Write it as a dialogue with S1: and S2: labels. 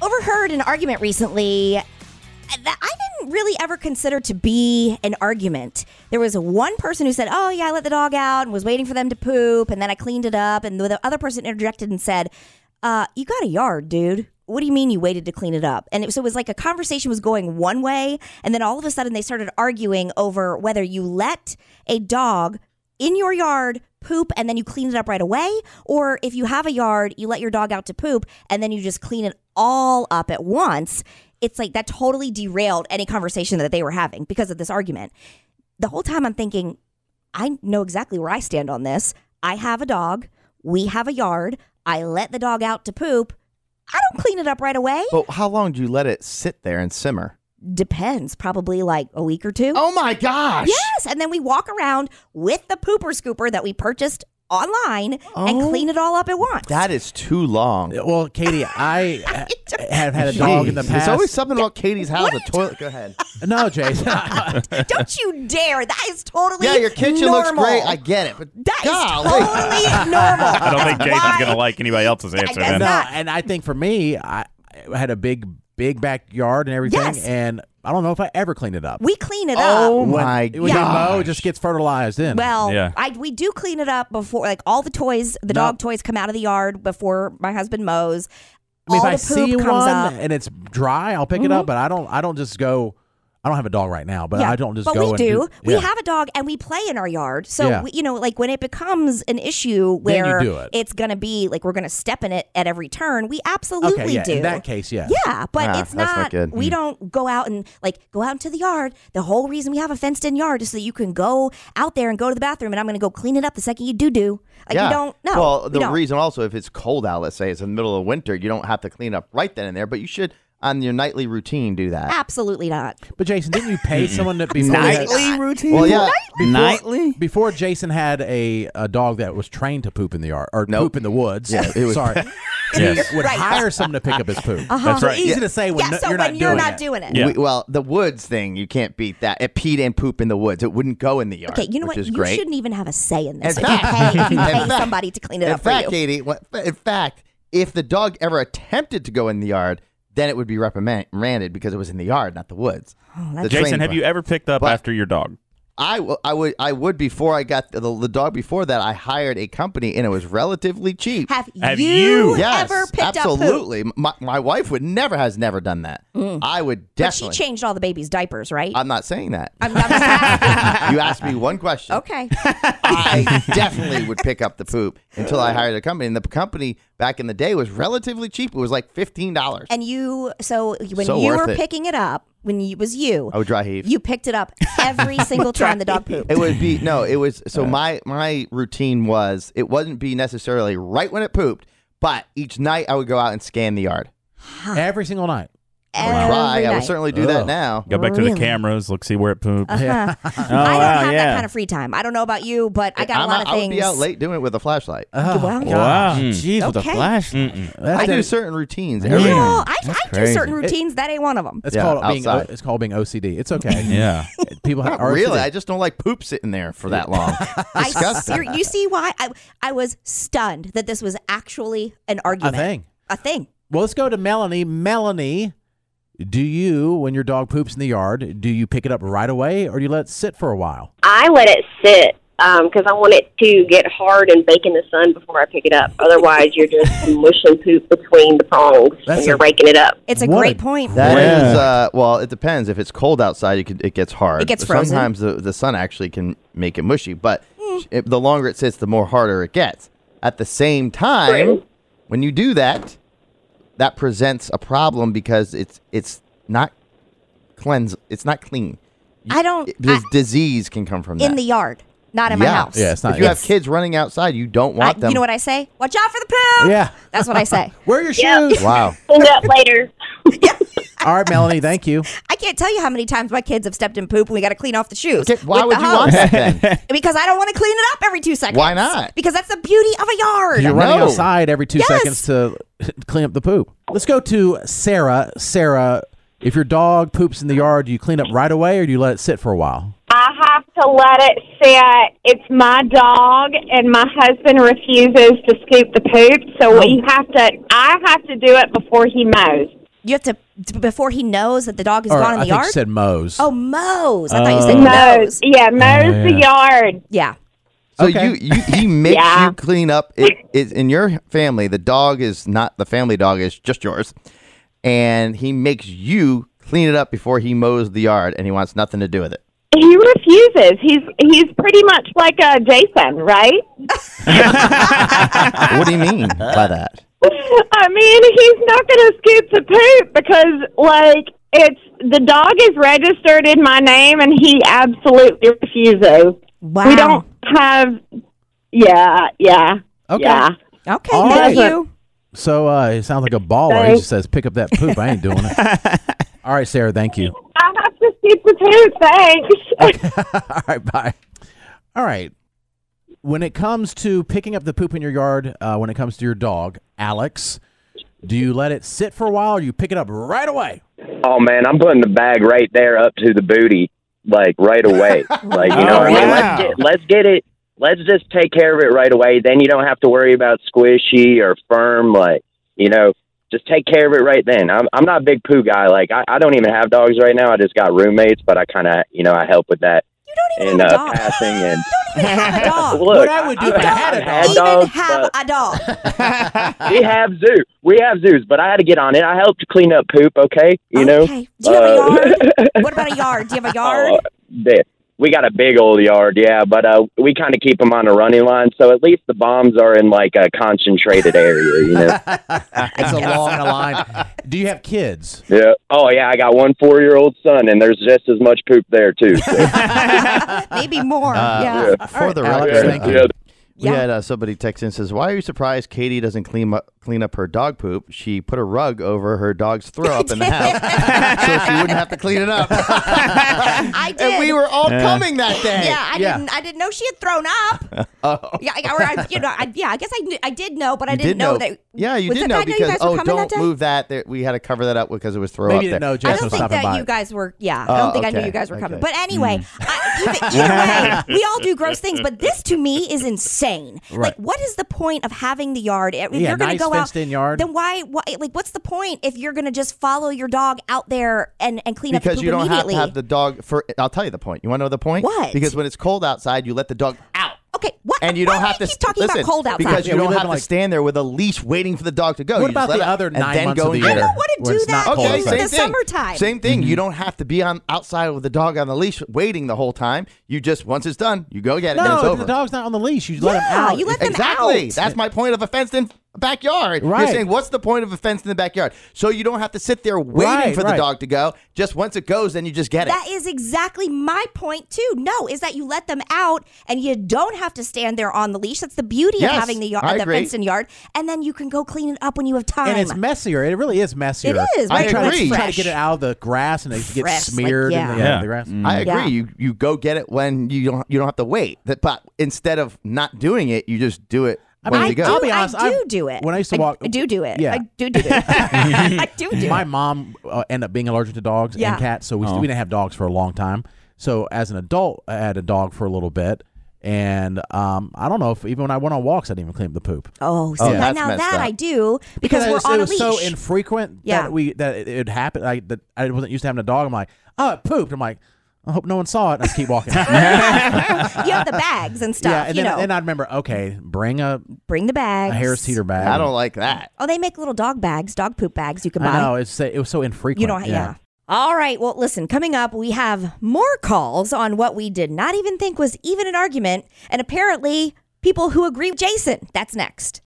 S1: overheard an argument recently that I didn't really ever consider to be an argument. There was one person who said, Oh, yeah, I let the dog out and was waiting for them to poop. And then I cleaned it up. And the other person interjected and said, uh, You got a yard, dude. What do you mean you waited to clean it up? And it, so it was like a conversation was going one way. And then all of a sudden they started arguing over whether you let a dog in your yard poop and then you clean it up right away or if you have a yard you let your dog out to poop and then you just clean it all up at once it's like that totally derailed any conversation that they were having because of this argument the whole time i'm thinking i know exactly where i stand on this i have a dog we have a yard i let the dog out to poop i don't clean it up right away
S2: But how long do you let it sit there and simmer?
S1: depends probably like a week or two
S2: Oh my gosh!
S1: Yes, and then we walk around with the pooper scooper that we purchased online and clean it all up at once.
S2: Oh. That is too long.
S3: Well, Katie, I have had a dog in the
S2: Jeez.
S3: past.
S2: There's always something about Katie's house, a toilet. Go ahead.
S3: no, Jason.
S1: Don't you dare! That is totally
S2: Yeah, your kitchen
S1: normal.
S2: looks great. I get it. But
S1: That is
S2: golly.
S1: totally normal.
S4: I don't think Jason's
S1: Why?
S4: going to like anybody else's answer
S1: guess
S4: then.
S3: no,
S1: not.
S3: and I think for me, I I had a big, big backyard and everything,
S1: Yes.
S3: and I don't know if I ever cleaned it up.
S1: We clean it
S2: Oh
S1: up.
S2: my
S3: it was
S2: god!
S3: mow just gets fertilized in.
S1: Well,
S4: Yeah.
S1: I we do clean it up before, like all the toys, the
S3: No.
S1: dog toys come out of the yard before my husband mows.
S3: I mean,
S1: all
S3: if I
S1: the poop
S3: see
S1: comes
S3: one
S1: up. Mm-hmm.
S3: and it's dry, I'll pick it up. But I don't. I don't just go. I don't have a dog right now, but I don't just
S1: but
S3: go.
S1: we
S3: and
S1: do. We
S3: yeah.
S1: have a dog and we play in our yard. So
S3: Yeah.
S1: we, you know, like when it becomes an issue where
S3: do it.
S1: it's gonna be like we're gonna step in it at every turn, we absolutely
S3: Okay, yeah.
S1: do.
S3: In that case, Hmm. yeah.
S1: yeah, but
S2: Nah,
S1: it's
S2: Ah, that's not
S1: not.
S2: good.
S1: We don't go out and like go out into the yard. The whole reason we have a fenced-in yard is so that you can go out there and go to the bathroom, and I'm going to go clean it up the second you do do. Like
S2: yeah.
S1: you don't. No.
S2: Well,
S1: we
S2: the
S1: don't.
S2: reason also, if it's cold out, let's say it's in the middle of winter, you don't have to clean up right then and there, but you should on your nightly routine do that.
S1: Absolutely not.
S3: But Jason, didn't you pay someone to before
S5: Nightly routine?
S2: Well, yeah.
S5: Nightly?
S3: Before Jason had a, a dog that was trained to poop in the yard or
S2: Nope.
S3: poop in the woods.
S2: Yeah, it was-
S3: sorry.
S4: Yes.
S3: He would
S1: Right. Uh-huh.
S3: hire someone to pick up his poop.
S4: That's right.
S3: Easy
S4: Yeah.
S3: to say when
S1: yeah.
S3: no-
S1: so
S3: you're
S1: when
S3: not
S1: you're
S3: doing
S1: not
S3: it.
S1: doing it.
S4: Yeah.
S2: We, well, the woods thing, you can't beat that. It peed and poop in the woods. It wouldn't go in the yard.
S1: Okay, you know
S2: which
S1: what?
S2: Is
S1: You
S2: great.
S1: shouldn't even have a say in this.
S2: In
S1: If you
S2: fact-
S1: pay, if you
S2: in
S1: pay
S2: fact-
S1: somebody to clean it
S2: In
S1: up
S2: fact,
S1: for you.
S2: Katie, what- in fact, if the dog ever attempted to go in the yard, then it would be reprimanded because it was in the yard, not the woods.
S1: Oh,
S2: The
S4: Jason,
S2: trained
S4: have
S2: one.
S4: you ever picked up
S2: But-
S4: after your dog?
S2: I, w- I would I would before I got the, the dog before that I hired a company and it was relatively cheap.
S1: Have,
S4: Have
S1: you,
S4: you-
S2: yes,
S1: ever picked up poop? Mm.
S2: absolutely. My, my wife would never has never done that. I
S1: But
S2: would
S1: she
S2: definitely. Uh,
S1: changed all the baby's diapers, right?
S2: I'm not saying that.
S1: I'm, I'm just asking.
S2: you asked me one question.
S1: okay.
S2: I definitely would pick up the poop until I hired a company. And the company back in the day was relatively cheap. It was like fifteen dollars.
S1: And you, so when
S2: So
S1: you
S2: worth
S1: were
S2: it. Oh,
S1: picking it up, when you- it was you,
S2: I would dry heave.
S1: you picked it up every single time the dog pooped.
S2: It would be no. It was so my my routine was it wouldn't be necessarily right when it pooped, but each night I would go out and scan the yard.
S3: Every single night.
S1: Every
S2: Try. I
S1: night.
S2: would certainly do that
S3: Ugh.
S2: now.
S4: Go back to
S1: Really? Uh-huh.
S4: the cameras, look, see where it pooped.
S3: Yeah.
S1: I don't
S4: Oh, wow,
S1: have
S4: yeah.
S1: that kind of free time. I don't know about you, but I got
S2: I'm
S1: a lot
S2: out-
S1: of things.
S2: I would be out late doing it with a flashlight.
S1: Well,
S5: Wow.
S2: Hmm.
S4: Mm.
S5: Jeez, with a
S1: Oh, Okay.
S5: flash.
S2: Uh, I
S3: That's,
S2: do certain routines.
S1: You
S2: Every
S1: know, I, I do
S5: crazy.
S1: certain routines. that ain't one of them.
S3: that's
S2: Yeah,
S3: called being
S2: outside.
S3: it's called being OCD. It's okay.
S4: Yeah.
S3: People have
S2: Not really. I just don't like poop sitting there for that long.
S1: I,
S2: Disgusting.
S1: ser- you see why I, I was stunned that this was actually an
S3: a
S1: argument.
S3: thing.
S1: A thing.
S3: Well, let's go to Melanie. Melanie, do you when your dog poops in the yard, do you pick it up right away or do you let it sit for a while?
S6: I let it sit because I want it to get hard and bake in the sun before I pick it up. Otherwise, you're just mushing poop between the prongs
S3: That's
S6: when you're
S3: a-
S6: raking it up.
S1: It's a
S3: What
S1: great
S3: a-
S1: point.
S2: That is
S5: Yeah.
S2: uh, well, it depends. If it's cold outside, it, could, it gets hard.
S1: It gets frozen. Hmm.
S2: Sometimes the, the sun actually can make it mushy, but it, the longer it sits, the more harder it gets. At the same time,
S6: True.
S2: when you do that, that presents a problem because it's it's not cleanse. It's not clean.
S1: I don't
S2: It-
S1: I-
S2: There's disease can come from
S1: in
S2: that.
S1: the yard, not in my
S2: Yeah.
S1: house.
S3: Yeah, it's not.
S2: if you have
S1: it's-
S2: kids running outside, you don't
S1: I-
S2: want them.
S1: you know what I say? Watch out for the poop.
S3: Yeah.
S1: That's what I say.
S3: Where are your
S6: Yeah.
S3: shoes?
S2: wow.
S6: Clean it up later.
S3: All right, Melanie, thank you.
S1: I can't tell you how many times my kids have stepped in poop and we got to clean off the shoes.
S2: Okay, why
S1: with
S2: would
S1: the
S2: you want
S1: hose.
S2: that then?
S1: Because I don't want to clean it up every two seconds.
S2: Why not?
S1: Because that's the beauty of a yard.
S3: You're
S2: No.
S3: running outside every two
S1: Yes.
S3: seconds to clean up the poop. Let's go to Sarah. Sarah, if your dog poops in the yard, do you clean up right away or do you let it sit for a while?
S7: I have to let it sit. It's my dog, and my husband
S3: Oh.
S7: refuses to scoop the poop, so we have to. I have to do it before he mows.
S1: you have to t- before he knows that the dog is
S3: Or
S1: gone in the
S3: I think
S1: yard.
S3: you said Moe's.
S1: oh, mows. I thought you said mows.
S7: Mows. Yeah, mows
S3: Oh,
S7: the yard.
S1: Yeah.
S2: So
S3: Okay.
S2: you, you he makes
S6: Yeah.
S2: you clean up. It is in your family. The dog is not the family dog; it's just yours, and he makes you clean it up before he mows the yard, and he wants nothing to do with it.
S7: He refuses. He's he's pretty much like uh, Jason, right?
S2: what do you mean by that?
S7: I mean, he's not going to scoop the poop because, like, it's the dog is registered in my name, and he absolutely refuses.
S1: Wow.
S7: We don't have. Yeah, yeah,
S3: Okay.
S7: yeah.
S1: Okay.
S3: All
S1: thank
S3: right.
S1: you.
S3: So uh, he sounds like a baller. He
S7: Thanks.
S3: just says, "Pick up that poop." I ain't doing it. All right, Sarah. Thank you.
S7: I have to scoop the poop. Thanks.
S3: All right, bye. All right. When it comes to picking up the poop in your yard, uh, when it comes to your dog, Alex, do you let it sit for a while or you pick it up right away?
S8: Oh man, I'm putting the bag right there up to the booty, like right away. like you know,
S4: Oh,
S8: what I mean,
S4: wow.
S8: let's get let's get it. Let's just take care of it right away. Then you don't have to worry about squishy or firm. Like you know, just take care of it right then. I'm I'm not a big poo guy. Like I, I don't even have dogs right now. I just got roommates, but I kind of you know I help with that
S1: You don't even
S8: in uh,
S1: have a dog.
S8: passing and.
S1: You don't even have a dog.
S8: Look,
S3: What I would do if I had a
S8: I've
S3: dog-
S8: had
S1: even have
S8: dogs, but-
S1: a dog.
S8: we have zoo. We have zoos, but I had to get on it. I helped clean up poop. Okay, you know.
S1: Okay. Do you have a
S8: Uh,
S1: yard? what about a yard? Do you have a yard?
S8: Oh, the- we got a big old yard, yeah, but uh, we kind of keep them on a running line, so at least the bombs are in like a concentrated area, you know.
S3: It's along a line. Do you have kids?
S8: yeah. Oh yeah, I got one four-year-old son, and there's just as much poop there too. So.
S1: Maybe more. yeah.
S2: Uh, For the
S3: Alex,
S2: record,
S3: thank
S2: uh,
S3: you.
S8: yeah.
S2: we
S1: Yeah.
S2: had uh, somebody text in and says, "Why are you surprised Katie doesn't clean up clean up her dog poop? She put a rug over her dog's throw up in the house, so she wouldn't have to clean it up."
S1: I did.
S2: and we were all coming that day.
S1: Yeah, I
S3: Yeah.
S1: didn't. I didn't know she had thrown up. yeah, I- or I, you know, I, yeah. I guess I, knew, I did know, but I
S2: Oh. You
S1: didn't
S2: did
S1: know, that.
S2: Yeah, you
S1: was
S2: did
S1: the
S2: know
S1: fact that
S2: because
S1: you guys were
S2: oh,
S1: coming that
S2: don't
S1: day?
S2: move that. There, we had to cover that up because it was throw
S3: Maybe
S2: up
S3: you
S2: there.
S3: didn't know
S1: I
S3: Jason
S1: don't
S3: was
S1: think
S3: stopping
S1: that
S3: by.
S1: you guys were. Yeah, I don't
S2: Oh,
S1: think I knew
S2: okay,
S1: you guys were coming.
S2: okay. Hmm.
S1: But anyway, I, either, either way, we all do gross things. But this to me is insane. Like,
S3: Right.
S1: what is the point of having the yard? If
S3: Yeah,
S1: you're going
S3: nice
S1: to go out,
S3: fenced-in yard.
S1: then why, why? Like, what's the point if you're going to just follow your dog out there and and clean up the
S2: because
S1: poop
S2: you don't have
S1: immediately?
S2: to have the dog for. I'll tell you the point. You want to know the point?
S1: What?
S2: Because when it's cold outside, you let the dog out,
S1: okay, what?
S2: and you
S1: why
S2: don't
S1: do
S2: have
S1: we
S2: to
S1: keep talking
S2: listen,
S1: about cold outside.
S2: Because
S3: Yeah,
S2: you
S3: we
S2: don't
S3: live
S2: have
S3: in,
S2: to
S3: like-
S2: stand there with a leash waiting for the dog to go.
S3: What
S2: Oh, You just
S3: about
S2: let
S3: the
S2: it
S3: other
S2: and
S3: nine
S2: then
S3: months
S2: go
S3: of the
S2: in
S3: year? Mm-hmm.
S2: there.
S1: I don't want to
S3: where
S1: do
S3: it's
S1: that
S3: not cold
S2: Okay,
S1: in
S3: outside.
S1: the
S2: same thing.
S1: summertime.
S2: Same thing. You don't have to be on outside with the dog on the leash waiting the whole time. You just once it's done, you go get it. and it's
S3: No,
S2: over.
S3: the dog's not on the leash. You let him
S1: Yeah,
S3: out.
S1: you let them
S2: exactly.
S1: out.
S2: That's my point of a fenced in backyard.
S3: Right.
S2: You're saying, what's the point of a fence in the backyard? So you don't have to sit there waiting
S3: Right,
S2: for
S3: right.
S2: the dog to go. Just once it goes, then you just get it.
S1: That is exactly my point too. No, is that you let them out and you don't have to stand there on the leash. That's the beauty
S2: Yes,
S1: of having the yard,
S2: I
S1: the
S2: agree.
S1: fenced-in yard, and then you can go clean it up when you have time.
S3: and it's messier. It really is messier.
S1: It is,
S2: I
S3: I try,
S2: agree.
S3: To, try to
S1: Fresh.
S3: get it out of the grass and it gets
S1: Fresh, like,
S3: smeared in the, uh,
S4: yeah.
S3: the grass.
S2: I agree.
S1: Yeah.
S2: You you go get it when you don't you don't have to wait. That but instead of not doing it, you just do it when
S1: I
S2: you
S1: do,
S2: go.
S3: I'll be honest,
S1: I do
S3: I've-
S1: do it.
S3: when I used to walk-
S1: I do do it.
S3: Yeah.
S1: I do do it. I do do
S3: My
S1: it.
S3: mom uh, ended up being allergic to dogs
S1: Yeah.
S3: and cats, so we, we didn't have dogs for a long time. So as an adult, I had a dog for a little bit, and um, I don't know if even when I went on walks, I didn't even clean up the poop
S1: Oh, see,
S2: Oh,
S1: now,
S2: that's
S1: now
S2: messed
S1: that
S2: up.
S1: I do because,
S3: it
S1: we're
S3: was,
S1: on
S3: it
S1: a
S3: was
S1: leash.
S3: so infrequent
S1: Yeah.
S3: that we that it, it happened. I that I wasn't used to having a dog. I'm like, oh, it pooped. I'm like, I hope no one saw it. And I just keep walking. yeah,
S1: you have the bags and stuff.
S3: and
S1: you
S3: then,
S1: know,
S3: then I remember, okay, bring a,
S1: bring the
S3: a
S1: bags.
S3: Harris Teeter bag.
S2: I don't like that.
S1: Oh, they make little dog bags, dog poop bags. You can buy.
S3: I know it's it was so infrequent.
S1: You don't, yeah. All right. Well, listen, coming up, we have more calls on what we did not even think was even an argument. And apparently, people who agree with Jason. That's next.